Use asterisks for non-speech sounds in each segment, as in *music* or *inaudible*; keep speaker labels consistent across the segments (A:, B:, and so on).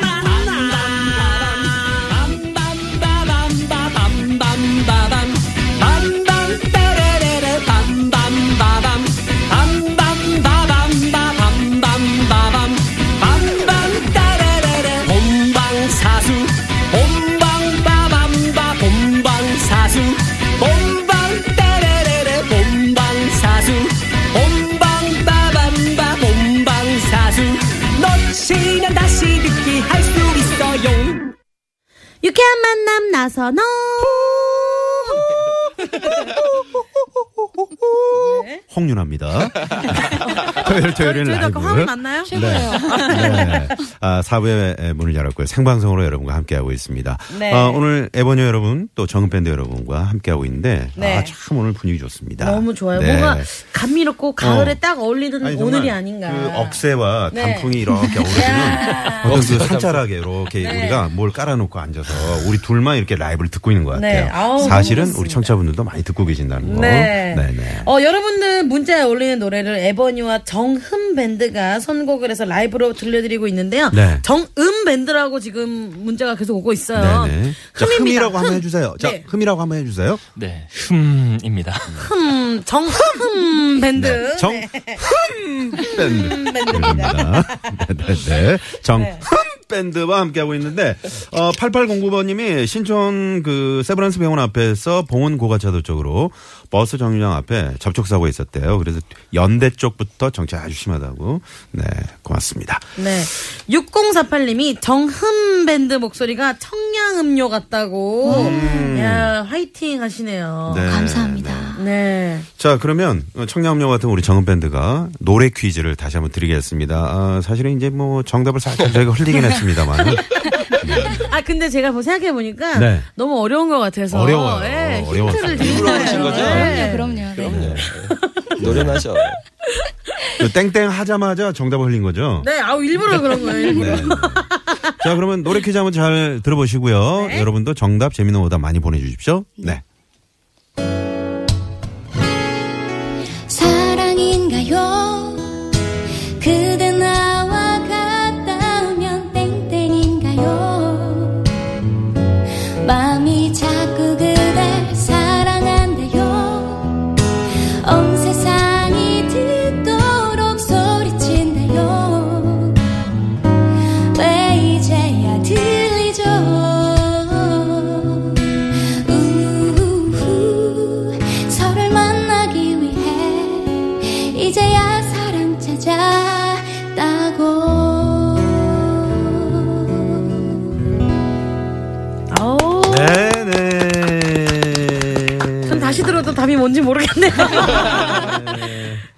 A: 만남 빰빰빠밤빠밤빠밤 빰빰빠라라라 빰빰빠밤 빰빰빠밤빠밤빠밤 빰빰따라라라 본방사수 본방빠밤빠 본방사수 본방따라라라 본방사수 본방빠밤빠 본방사수 놓치면 다시 듣기 할 수 있어요
B: 유쾌한 만남 나선홍.
C: *laughs* 홍윤아입니다. 토요일 토요일은
B: 네. 저희도
C: 라이브.
B: 아까 화면 났나요?
C: 최고예요. 네. 아, 4부의 문을 열었고요. 생방송으로 여러분과 함께하고 있습니다.
B: 네.
C: 아, 오늘 에버뉴 여러분 또 정은밴드 여러분과 함께하고 있는데
B: 네.
C: 아, 참 오늘 분위기 좋습니다.
B: 너무 좋아요.
C: 네.
B: 뭔가 감미롭고 가을에
C: 어.
B: 딱 어울리는
C: 아니, 정말
B: 오늘이 아닌가.
C: 그 억새와
B: 네.
C: 단풍이 이렇게 어우러지는 어떤 그 산자락에 이렇게
B: 네.
C: 우리가 뭘 깔아놓고 앉아서 우리 둘만 이렇게 라이브를 듣고 있는 것 같아요.
B: 네. 아우, 너무
C: 사실은
B: 좋습니다.
C: 우리 청취자분들도 많이 듣고 계신다는 거.
B: 네.
C: 네네.
B: 어, 여러분들 문자에 올리는 노래를 에버뉴와 정흠 밴드가 선곡을 해서 라이브로 들려드리고 있는데요.
C: 네.
B: 정음 밴드라고 지금 문자가 계속 오고 있어요.
C: 네네. 자,
B: 흠입니다.
C: 흠이라고 한번
B: 흠.
C: 해주세요. 자,
B: 네.
C: 흠이라고 한번 해주세요.
D: 네, 흠입니다.
B: 흠, 정흠 밴드.
C: 네. 정
B: 네.
C: 밴드. 밴드입니다. 네네네. 정 밴드와 함께하고 있는데, 어, 8809번님이 신촌 그 세브란스 병원 앞에서 봉원 고가차도 쪽으로 버스 정류장 앞에 접촉사고가 있었대요. 그래서 연대 쪽부터 정체 아주 심하다고. 네, 고맙습니다.
B: 네. 6048님이 정흠 밴드 목소리가 청량음료 같다고. 야, 화이팅 하시네요.
C: 네,
E: 감사합니다.
C: 네.
B: 네.
C: 자, 그러면 어, 청량음료 같은 우리 정은밴드가 노래 퀴즈를 다시 한번 드리겠습니다. 아, 사실은 이제 뭐 정답을 살짝 저희가 흘리긴 했습니다만.
B: 아, 근데 제가 생각해 보니까
C: 네.
B: 너무 어려운 것 같아서.
C: 어려워요.
B: 예,
C: 어려웠어요.
B: 힌트를 드린
F: 일부러 하신 거죠?
B: 예.
E: 그럼요, 그럼요. 네.
F: 노련하셔.
C: 그 땡땡 하자마자 정답을 흘린 거죠?
B: 네, 아우, 일부러 그런 거예요, 일부러.
C: 네. 자, 그러면 노래 퀴즈 한번 잘 들어보시고요. 여러분도 정답, 재미있는 오답 많이 보내주십시오. 네.
E: 사랑인가요? 그대 나와 같다면 땡땡인가요? 마음이 자꾸 그댈 사랑한대요. 온 세상이 듣도록 소리친대요. 왜 이제야 들리죠? 우후, 서로를 만나기 위해 이제야 사랑 찾았다고.
B: 아우,
C: 네, 네.
B: 전 다시 들어도 답이 뭔지 모르겠네요.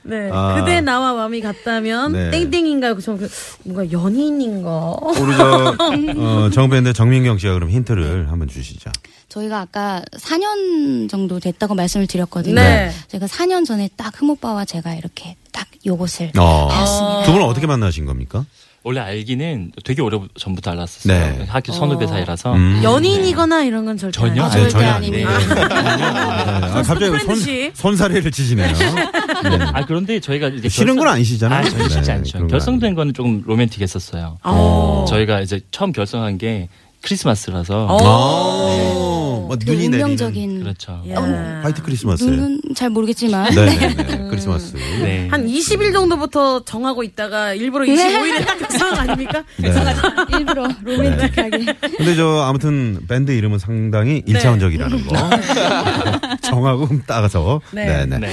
B: 네.
C: 아.
B: 그대 나와 마음이 같다면
C: 네.
B: 땡땡인가요? 저 그, 뭔가 연인인가?
C: 우리 저, 어, 정배인데 정민경 씨가 그럼 힌트를 한번 주시죠.
E: 저희가 아까 4년 정도 됐다고 말씀을 드렸거든요.
B: 네.
E: 제가 4년 전에 딱 흠오빠와 제가 이렇게 딱 요것을
C: 어.
E: 배웠습니다.
C: 두 분은 어떻게 만나신 겁니까?
D: 원래 알기는 되게 오래 전부터 알았었어요.
C: 네. 음.
D: 학교 선후배 사이라서.
B: 연인이거나 이런 건 절대
D: 전혀
B: 아니에요.
C: 네,
E: 절대 아닙니다.
C: 네. 아, 갑자기
B: 프렌드
C: 손,
B: 씨.
C: 손사래를 치시네요.
D: 아 그런데 저희가 이제
C: 싫은 건 아니시잖아요.
D: 아, 저희
C: 네,
D: 싫지
C: 그런
D: 않죠.
C: 건
D: 결성된 거는 조금 로맨틱했었어요.
B: 어.
D: 저희가 이제 처음 결성한 게 크리스마스라서.
C: 어, 뭐
E: 그
C: 눈이 내리는.
E: 운명적인
D: 그렇죠.
C: 어,
B: 야.
C: 화이트 크리스마스예요.
E: 눈은 잘 모르겠지만 *laughs*
C: 네, 네, 네. 크리스마스.
D: 네.
B: 한 20일 정도부터 정하고 있다가 일부러 *laughs* 25일에 딱 상황 아닙니까?
C: 네.
E: 일부러 로맨틱하게
C: 근데 저 아무튼 밴드 이름은 상당히 일차원적이라는 거 정하고 따가서
B: 네.
C: 네네
D: 네.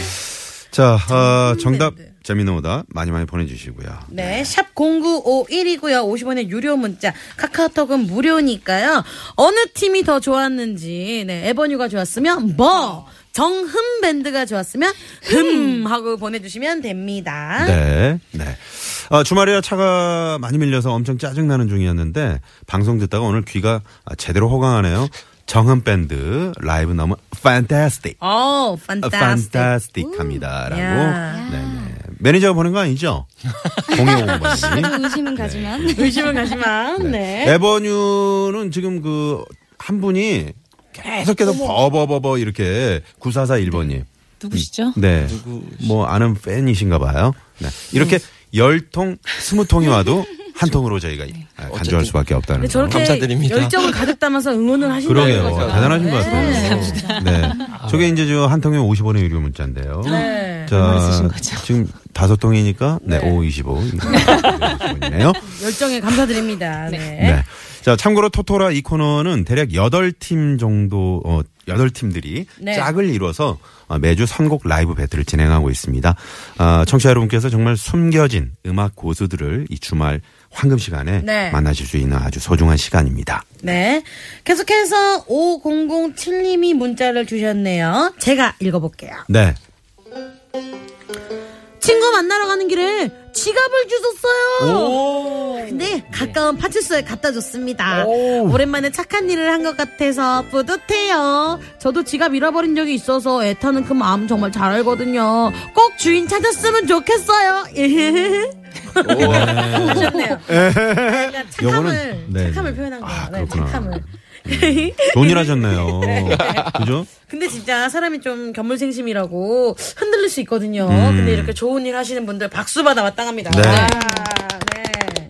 C: 자 아, 정답 재미있는 오다 많이 많이 보내주시고요
B: 네, 샵 0951이고요. 50원의 유료 문자. 카카오톡은 무료니까요. 어느 팀이 더 좋았는지, 네, 에버뉴가 좋았으면 뭐, 정흠 밴드가 좋았으면 흠 하고 보내주시면 됩니다.
C: 네네 아, 주말이라 차가 많이 밀려서 엄청 짜증 나는 중이었는데 방송 듣다가 오늘 귀가 아, 제대로 호강하네요 정은 밴드 라이브 너무 판타스틱
B: 오,
C: 아,
B: 판타스틱. 야.
C: 판타스틱합니다라고 네네 매니저 보는 거 아니죠 공유공반님
E: 의심은 가지만
C: 네.
B: 의심은 가지만, 네.
C: 에버뉴는 지금 그 한 분이 계속 계속 버버버버 이렇게 9441번님
F: 누구시죠?
C: 네. 뭐 아는 팬이신가 봐요. 네. 이렇게 열 통, 스무 통이 와도 한 통으로 저희가 아, 간주할
G: 어쨌든.
C: 수밖에 없다는
B: 근데
C: 거.
B: 저렇게
G: 감사드립니다.
B: 열정을 가득 담아서 응원을 하신다.
C: 그러게요.
B: 이거죠.
C: 대단하신 것 같아요. 네. 저게 이제 저 한 통에 50원의 유료 문자인데요.
B: 네.
F: 얼마나 쓰신 거죠?
C: 지금 다섯 통이니까 네, 오 5, 25. 이네요.
B: 열정에 감사드립니다. 네.
C: 네. 자, 참고로 토토라 이 코너는 대략 여덟 팀 정도, 어, 여덟 팀들이
B: 네.
C: 짝을 이뤄서 어, 매주 선곡 라이브 배틀을 진행하고 있습니다. 아, 청취자 여러분께서 정말 숨겨진 음악 고수들을 이 주말 황금 시간에
B: 네.
C: 만나실 수 있는 아주 소중한 시간입니다.
B: 네. 계속해서 5007님이 문자를 주셨네요. 제가 읽어볼게요.
C: 네.
B: 친구 만나러 가는 길에 지갑을 주셨어요. 근데 가까운
C: 네.
B: 파출소에 갖다 줬습니다. 오. 랜만에 착한 일을 한 것 같아서 뿌듯해요. 저도 지갑 잃어버린 적이 있어서 애타는 그 마음 정말 잘 알거든요. 꼭 주인 찾았으면 좋겠어요.
C: 음.
B: *laughs* 하셨네요. 약간 착함을
C: 요거는- 음. 네,
B: 착함을
C: 네.
B: 표현한 거예요.
C: 아,
B: 네,
C: 그렇구나. 음.
B: 착함을. *laughs*
C: 돈일 하셨네요. 그죠?
B: 근데 진짜 사람이 좀 견물생심이라고 흔들릴 수 있거든요. 근데 이렇게 좋은 일 하시는 분들 박수 받아 마땅합니다.
C: 네.
B: 아, 네.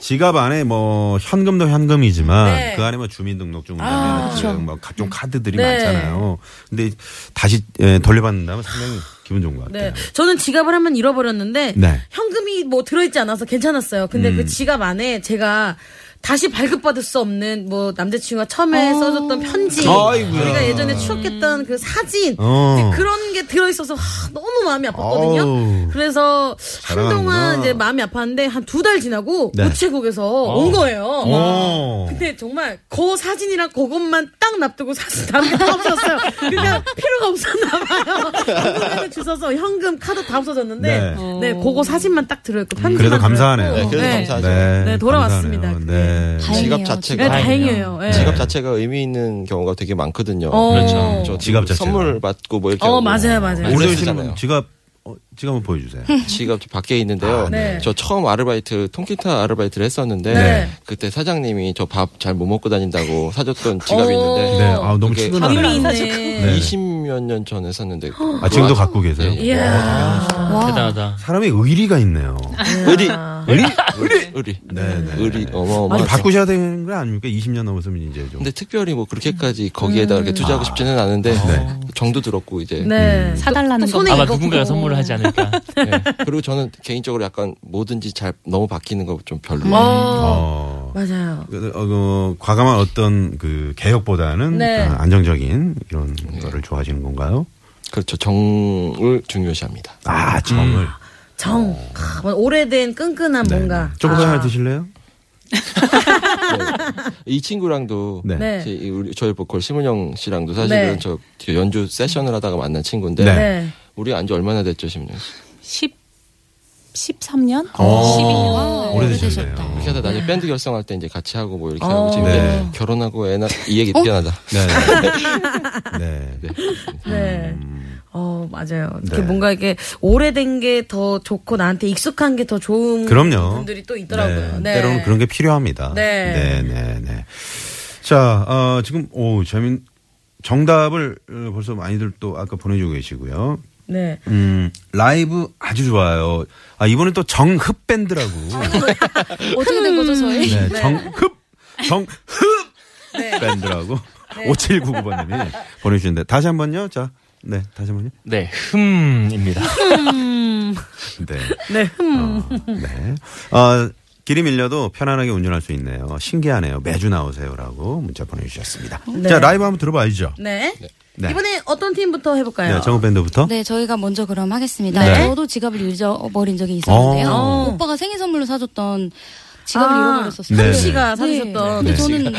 C: 지갑 안에 뭐 현금도 현금이지만
B: 네. 그렇죠.
C: 그 안에 뭐 주민등록증, 아, 뭐 각종 카드들이
B: 네.
C: 많잖아요. 근데 다시 예, 돌려받는다면 상당히 기분 좋은 것
B: 네.
C: 같아요.
B: 저는 지갑을 한 번 잃어버렸는데
C: 네. 음.
B: 현금이 뭐 들어있지 않아서 괜찮았어요. 근데 그 지갑 안에 제가 다시 발급받을 수 없는 뭐 남자친구가 처음에 써줬던 편지,
C: 어. 아이고야.
B: 우리가 예전에 추억했던 그 사진
C: 어.
B: 이제 그런 게 들어있어서 하, 너무 마음이 아팠거든요.
C: 아우.
B: 그래서 한동안
C: 사랑하는구나.
B: 이제 마음이 아팠는데 한 두 달 지나고
C: 네. 어.
B: 우체국에서 온 거예요.
C: 오.
B: 근데 정말 그 사진이랑 그것만 딱 납두고 사실 다무것도 없었어요. 그러니까 필요가 없었나 봐요. 현금을 주셔서 현금 카드 다 없어졌는데
C: 네. 음,
B: 네, 그거 사진만 딱 들어있고 편지만
C: 그래도 감사하네요.
B: 들어있고.
G: 네, 그래도 감사하죠.
B: 네, 돌아왔습니다, 그게.
C: 감사하네요. 네.
E: 다행이에요,
G: 지갑 자체가
B: 네, 다행이에요. 네.
G: 지갑 자체가 의미 있는 경우가 되게 많거든요.
B: 어.
D: 그렇죠.
G: 저
C: 지갑
G: 지금
C: 자체가.
G: 선물 받고 뭐 이렇게
B: 어,
G: 하고
B: 맞아요, 맞아요.
G: 오래
C: 오래
G: 쓰잖아요.
C: 오시는 지갑 어, 지갑 한번 보여주세요.
G: 지갑 저 밖에 있는데요.
C: 아,
B: 네.
G: 저 처음 아르바이트 통기타 아르바이트를 했었는데
B: 네.
G: 그때 사장님이 저 밥 잘 못 먹고 다닌다고 사줬던 지갑이
B: 어.
G: 있는데
C: 네, 아 너무
G: 그게
C: 친근하네요.
B: 의미 있네.
C: 네.
G: 20몇 년 전에 샀는데
C: 아 지금도 갖고 계세요?
G: 네.
B: 예. 이야.
D: 대단하다.
C: 사람이 의리가 있네요.
B: 아.
G: 의리 의리 의리 의리
C: 네, 네.
G: 의리 어마어마.
C: 아니, 바꾸셔야 되는 거 아닙니까? 20년 넘었으면 이제 좀.
G: 근데 특별히 뭐 그렇게까지 거기에다 이렇게 투자하고 싶지는 않은데
C: 네.
G: 정도 들었고 이제
B: 음. 네.
F: 사달라는
B: 또
F: 거.
B: 손에
D: 아마
B: 이거
D: 누군가가
B: 보고.
D: 선물을 하지
B: *laughs*
D: 않을까.
G: 네. 그리고 저는 개인적으로 약간 뭐든지 잘 너무 바뀌는 거 좀
D: 음.
G: 별로.
B: 어,
C: 어.
B: 맞아요.
C: 그, 어, 그, 과감한 어떤 그 개혁보다는
B: 네.
C: 아, 안정적인 이런 거를 좋아하시는 건가요?
G: 그렇죠. 정을 중요시합니다.
C: 아, 정을.
B: 정. 아, 뭐 오래된 끈끈한
C: 어. 네.
B: 음, 뭔가.
C: 조금
B: 아.
C: 하나 드실래요?
G: 이 친구랑도
C: 네.
B: 네.
G: 제- 이 우리 저희 보컬 심은영 씨랑도 사실은
B: 네.
G: 저저 연주 세션을 하다가 만난 친구인데
C: 네.
B: 네.
G: 우리 안지 얼마나 됐죠 심은영 씨?
F: 10, 13년?
C: 어, 오래되셨네요.
G: 이렇게 하다 나중에 밴드 결성할 때 이제 같이 하고 뭐 이렇게
B: 어.
G: 하고 지금
C: 네.
G: 이제 결혼하고 애나 이 얘기 미안하다.
C: 네. 네.
G: 네.
B: 네. 어, 맞아요. 이렇게
C: 음. 네.
B: 뭔가 이게 오래된 게 더 좋고 나한테 익숙한 게 더 좋은
C: 네. 그럼요.
B: 분들이 또 있더라고요.
C: 네,
B: 네.
C: 때로는 그런 게 필요합니다.
B: 네.
C: 네, 네, 네. 자, 어, 지금, 오, 재민, 정답을 어, 벌써 많이들 또 아까 보내주고 계시고요.
B: *laughs* 네.
C: 음, 라이브 아주 좋아요. 아, 이번엔 또
B: 아,
C: 정흡밴드라고.
E: 어떻게 된 거죠, 저희?
C: 네, 정흡, 정흡
B: 네.
C: 밴드라고 5799번님이 보내주시는데 다시 한 번요. 자, 네, 다시 한 번요.
D: 네, 흠입니다.
C: 네,
B: 네.
C: 네. 어, 길이 밀려도 편안하게 운전할 수 있네요. 신기하네요. 매주 나오세요라고 문자 보내주셨습니다.
B: 네.
C: 자, 라이브 한번 들어봐야죠.
B: 네.
C: 네.
B: 이번에 어떤 팀부터 해볼까요?
C: 네, 정흡 밴드부터.
E: 네, 저희가 먼저 그럼 하겠습니다.
C: 네.
E: 저도 지갑을 잃어버린 적이 있었는데요.
C: 어.
E: 오빠가 생일 선물로 사줬던 지갑을
B: 아,
E: 잃어버렸었어요.
C: 네.
B: 씨가 사주셨던.
E: 근데
C: 네.
E: 저는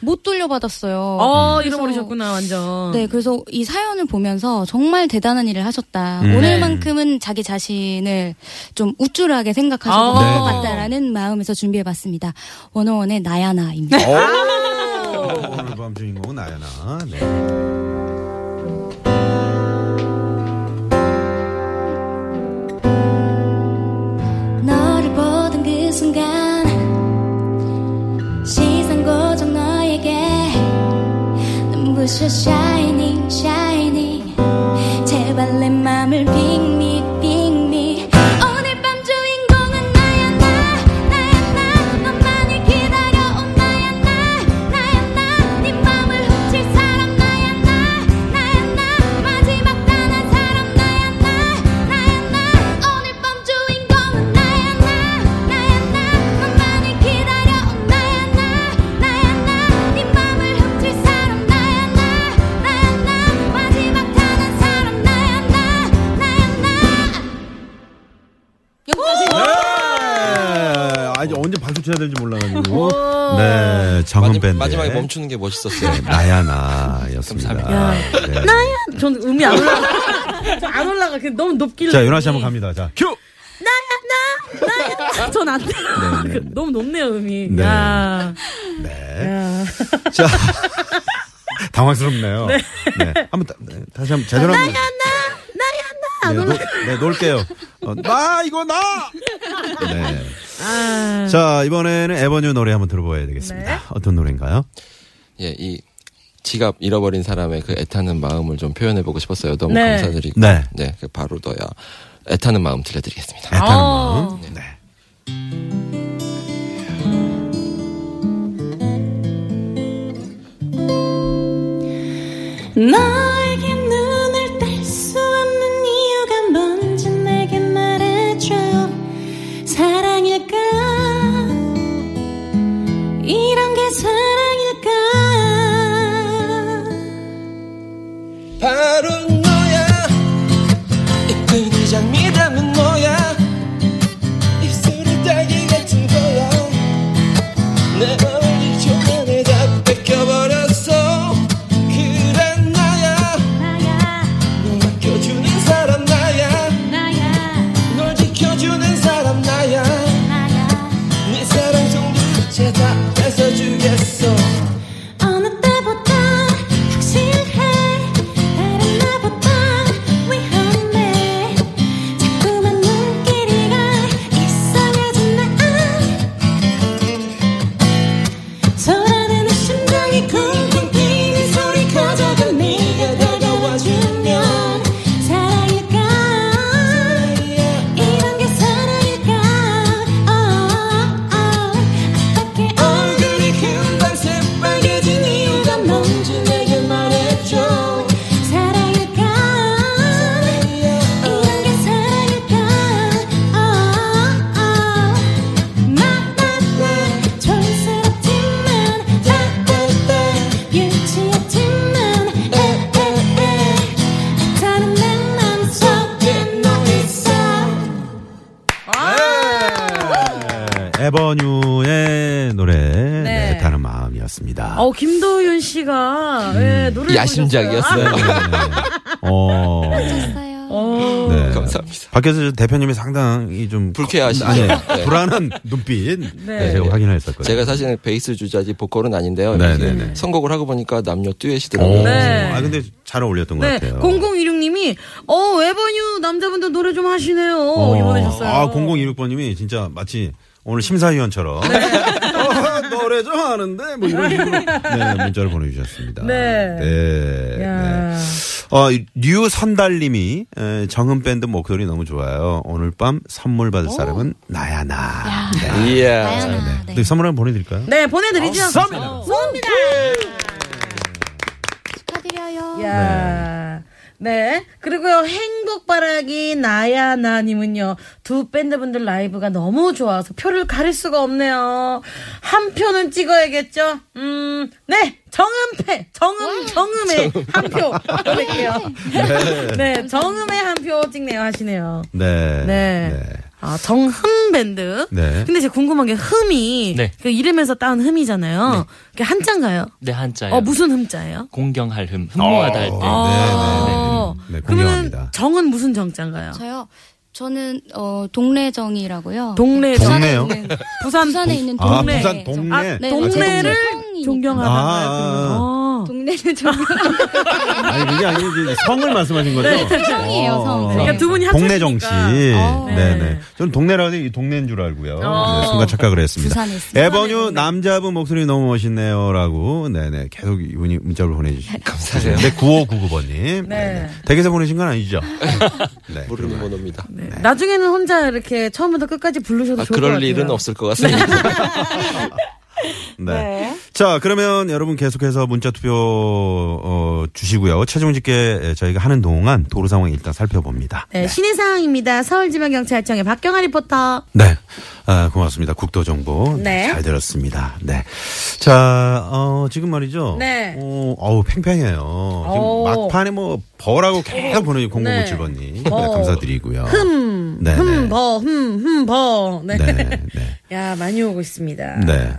E: 못 돌려받았어요.
B: 어,
C: 음.
E: 그래서-
B: 잃어버리셨구나, 완전.
E: 네, 그래서 이 사연을 보면서 정말 대단한 일을 하셨다.
C: 음.
E: 오늘만큼은 자기 자신을 좀 우쭐하게 생각하셔도
B: 아.
E: 될 것
C: 네.
E: 같다라는 마음에서 준비해봤습니다. 원어원의 나야나입니다.
C: 오늘 밤 주인공은 나연아. 네.
E: 너를 보던 그 순간 시선 고정 너에게 눈부셔 shining shining 제발
C: 아, 붙여야 될지 몰라가지고.
B: 오.
C: 네, 정은 밴드.
G: 마지, 막에 멈추는 게 멋있었어요.
C: 나야나였습니다. 네.
B: 전 음이 안 올라가. *laughs* 저 안 올라가. 그냥 너무 높길래.
C: 자, 윤아 씨 한번 갑니다. 자, 큐!
B: *laughs* 전안 돼. 너무 높네요, 음이.
C: 네.
B: 야.
C: 네. 자. *laughs* 당황스럽네요. 네. 한번 다, 네, 다시 한번 제대로 한번. 나야 나 나야 나. 네, 놀, 게요 어, 나 이거 나. 네.
B: 아.
C: 자 이번에는 에버뉴 노래 한번 들어봐야 되겠습니다. 어떤 노래인가요?
G: 예, 이 지갑 잃어버린 사람의 그 애타는 마음을 좀 표현해보고 싶었어요. 너무
B: 네.
G: 감사드리고.
C: 네.
G: 그 바로 너야. 애타는 마음 들려드리겠습니다.
C: 애타는
B: 어.
C: 마음. 네.
F: 나에게 눈을 뗄 수 없는 이유가 뭔지 내게 말해줘요 사랑일까 이런 게 사랑일까
A: 바로 너야 이끈이 장미 담은 너야 입술이 딸기 같은 거야 내 어울리 조명에 다 뺏겨버렸어 그래 나야
F: 나야
A: 널 맡겨주는 사람 나야
F: 나야
A: 널 지켜주는 사람 나야
F: 나야
A: 네 사랑 송두째 다 뺏어주겠어
F: 어느 때보다 확실해 다른 나보다 위험해 자꾸만 눈길이가 이상해진 나 소란하는 심장이 쿵쿵 뛰는 소리가 작은 네가 다가와주면 사랑일까 이런 게 사랑일까 어, 어떻게 얼굴이 금방 새빨개진 이유가 뭔지 내게 말해줘 사랑일까 이런 게 사랑일까 어, 나나나 촌스럽지만 따따따 유치하지만 에에에 다른 내 맘속에 너 있어
C: 네, 에버뉴의 노래 네, 애타는 마음이었습니다.
B: 어, 김도윤
C: 음.
B: 씨가, 예, 노래를. 부르셨어요.
G: 야심작이었어요.
C: 네. 어.
E: 쳤어요.
B: 어.
C: 네.
G: *laughs* 감사합니다.
C: 밖에서 대표님이 상당히 좀
G: 불쾌하시죠?
C: 아니
G: *laughs* 네.
C: 불안한 눈빛
B: 네.
C: 제가 확인했었거든요.
G: 제가 사실은 베이스 주자지 보컬은 아닌데요.
C: 네,
G: 이게
C: 네, 네.
G: 선곡을 하고 보니까 남녀 듀엣이더라고요.
C: 오.
B: 네.
C: 아 근데 잘 어울렸던
B: 네,
C: 것 같아요.
B: 0016님이, 어, 에버뉴 남자분들 노래 좀 하시네요. 이 보내셨어요.
C: 아 0026번님이 진짜 마치 오늘 심사위원처럼
B: 네.
C: *laughs* 어, 노래 좀 하는데 뭐 이런 식으로 네, 문자를 보내주셨습니다.
B: 네.
C: 네. 네.
B: 야.
C: 어, 류선달님이 에, 정은 밴드 목소리 너무 좋아요. 오늘 밤 선물 받을 사람은 나야 나. 네.
G: 이야.
E: 나야나. 네.
C: 근데 선물 한번 보내드릴까요?
B: 네, 보내드리죠. 쏩니다.
E: 축하드려요.
B: 야. 네. 그리고요, 행복바라기 나야나님은요, 두 밴드분들 라이브가 너무 좋아서 표를 가릴 수가 없네요. 한 표는 찍어야겠죠? 음, 네! 정음패! 정음, 정음에 한 표! 보낼게요. 네, 정음에 한 표 찍네요 하시네요.
C: 네.
B: 네. 아, 정흠 밴드.
C: 네.
B: 근데 제가 궁금한 게 흠이
D: 네.
B: 그 이름에서 따온 흠이잖아요. 그게 한자인가요?
D: 네 한자예요.
B: 어 무슨 흠자예요?
D: 공경할 흠, 흠모하다 할 때.
B: 어,
C: 네,
B: 그러면
C: 공경합니다.
B: 정은 무슨 정자인가요?
E: 저요. 저는 어 동래정이라고요.
B: 동네 정.
C: 동네요?
B: 부산
E: 부산에 있는
C: 아,
E: 동네.
C: 부산 동네.
B: 아,
E: 네,
B: 동네를
E: 어쨌든 성이니까.
B: 존경하다가
C: 아,
B: 그러면.
C: 아.
B: 어.
E: 동네를 존경.
C: 아니, 그게 아니고 이제 성을 말씀하신 거죠?
E: 성이에요, 성.
C: 어.
B: 그러니까 두 분이
C: 동네 정씨.
B: 합쳐지니까.
C: 네,
B: 네.
C: 네. 저는 동네라서 이 동네인 줄 알고요.
B: 어.
C: 네, 순간 착각을 했습니다.
E: 부산에 있습니다.
C: 에버뉴 남자분 목소리 너무 멋있네요라고 네네 계속 이분이 문자를 보내주시 감사해요. 네 9599번님.
B: 네.
C: 댁에서 보내신 건 아니죠? 네.
G: 모르는 번호입니다.
B: 네. 나중에는 혼자 이렇게 처음부터 끝까지 부르셔도
G: 아,
B: 좋을 것 같아요.
G: 그럴 일은 없을 것 같습니다.
C: 네. 자, 그러면 여러분 계속해서 문자 투표 어, 주시고요. 최종 집계 저희가 하는 동안 도로 상황 일단 살펴봅니다.
B: 네, 신의 상황입니다. 서울지방경찰청의 박경아 리포터.
C: 네. 아, 고맙습니다. 국도정보.
B: 네.
C: 잘 들었습니다. 네. 자, 어, 지금 말이죠.
B: 네.
C: 어, 어우, 팽팽해요.
B: 오.
C: 지금 막판에 뭐, 버라고 계속 보내주
B: 네.
C: 0057번님.
B: 어.
C: 감사드리고요.
B: 흠,
C: 네, 네.
B: 흠, 버, 흠, 흠, 버. 네.
C: 네. 네.
B: 야, 많이 오고 있습니다.
C: 네.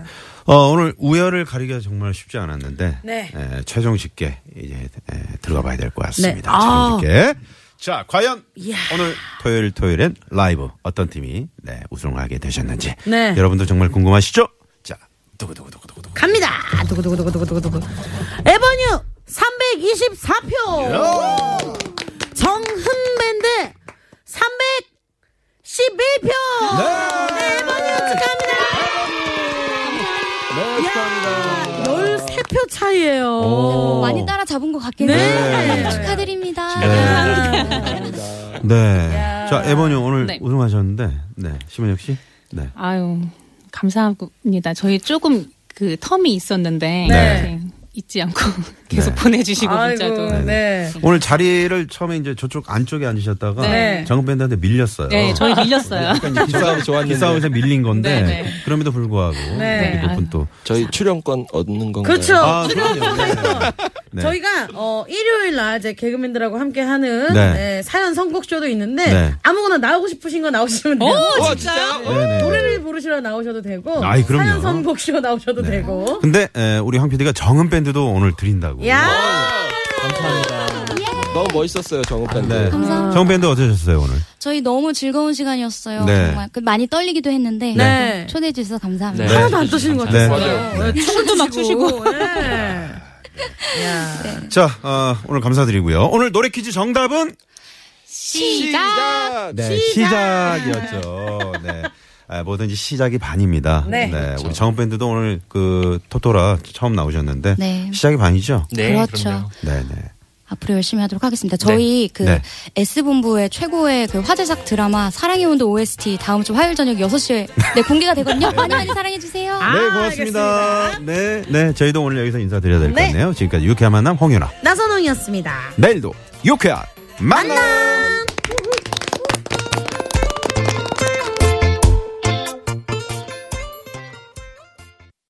C: 어, 오늘 우열을 가리기가 정말 쉽지 않았는데.
B: 네.
C: 에, 최종 집계 이제 에, 들어가 봐야 될 것 같습니다.
B: 네. 아.
C: 최종 집계. 자, 과연 오늘 토요일 토요일엔 라이브 어떤 팀이 네, 우승을 하게 되셨는지
B: 네.
C: 여러분도 정말 궁금하시죠? 자, 두구두구두구두구.
B: 갑니다. 두구두구두구두구두구. 에버뉴 324표. 정흠밴드 311표. 네, 에버뉴 네, 축하합니다. 야, 13표
H: 어,
B: 차이에요.
E: 많이 따라 잡은 것
F: 네.
E: 같긴 해요. 축하드립니다.
B: 네.
D: 네.
C: 네. 자, 에버니 오늘 우승하셨는데, 네. 심은혁 씨? 네.
H: 아유 예, 감사합니다. 저희 조금 그 텀이 있었는데
C: 네.
H: 이렇게 잊지 않고 *laughs*
D: 네.
H: 계속 보내주시고 문자도
B: 아이고, 네.
C: 오늘 자리를 처음에 이제 저쪽 안쪽에 앉으셨다가
B: 네.
C: 정밴드한테 밀렸어요. 그러니까
H: 네 저희 밀렸어요.
G: 기싸움이 좋았는데
C: 기싸움에서 밀린 건데
H: 네, 아. 네.
C: 그럼에도 불구하고
B: 네.
C: 네. 몇분 또.
G: 저희 출연권 얻는 건가요?
B: 그렇죠. 뭐
C: 아, 그럼요. 네.
B: 저희가 어 일요일 날 이제 개그맨들하고 함께 하는
C: 네.
B: 네, 사연 선곡쇼도 있는데
C: 네.
B: 아무거나 나오고 싶으신 거 나오시면 돼요.
H: 오 진짜요?
C: 네, 네.
B: 노래를 부르시러 나오셔도 되고
C: 아이, 그럼요. 네.
B: 사연 선곡쇼 나오셔도 되고
C: 근데 에, 우리 황 PD가 정은 밴드도 오늘 드린다고.
B: 야
G: 너무 멋있었어요 정우 밴드.
C: 네.
E: 감사합니다.
C: 정은 밴드 어떠셨어요 오늘?
E: 저희 너무 즐거운 시간이었어요.
C: 네.
E: 정말 그 많이 떨리기도 했는데
B: 네.
E: 초대해 주셔서 감사합니다.
G: 네.
B: 하나도 안 떠시는 것
H: 네.
B: 같아요.
C: 맞아요.
B: 춤도 막 추시고. 예.
C: 자, 어, 오늘 감사드리고요. 오늘 노래 퀴즈 정답은
G: 시작.
C: 네, 시작! 이었죠 네. 아, 뭐든지 시작이 반입니다.
B: 네.
C: 우리 정은 밴드도 오늘 그 토토라 처음 나오셨는데
E: 네.
C: 시작이 반이죠.
D: 네,
E: 그렇죠.
D: 그럼요.
C: 네, 네.
E: 앞으로 열심히 하도록 하겠습니다. 저희 그
C: 네.
E: S본부의 최고의 그 화제작 드라마 사랑의 온도 OST 다음 주 화요일 저녁 6시에 네, 공개가 되거든요. 많이 많이 사랑해 주세요.
C: 네, 고맙습니다. 네, 네. 저희도 오늘 여기서 인사드려야 될 것 같네요. 지금까지 유쾌한 만남 홍윤아.
B: 나선홍이었습니다.
C: 내일도 유쾌한 만남!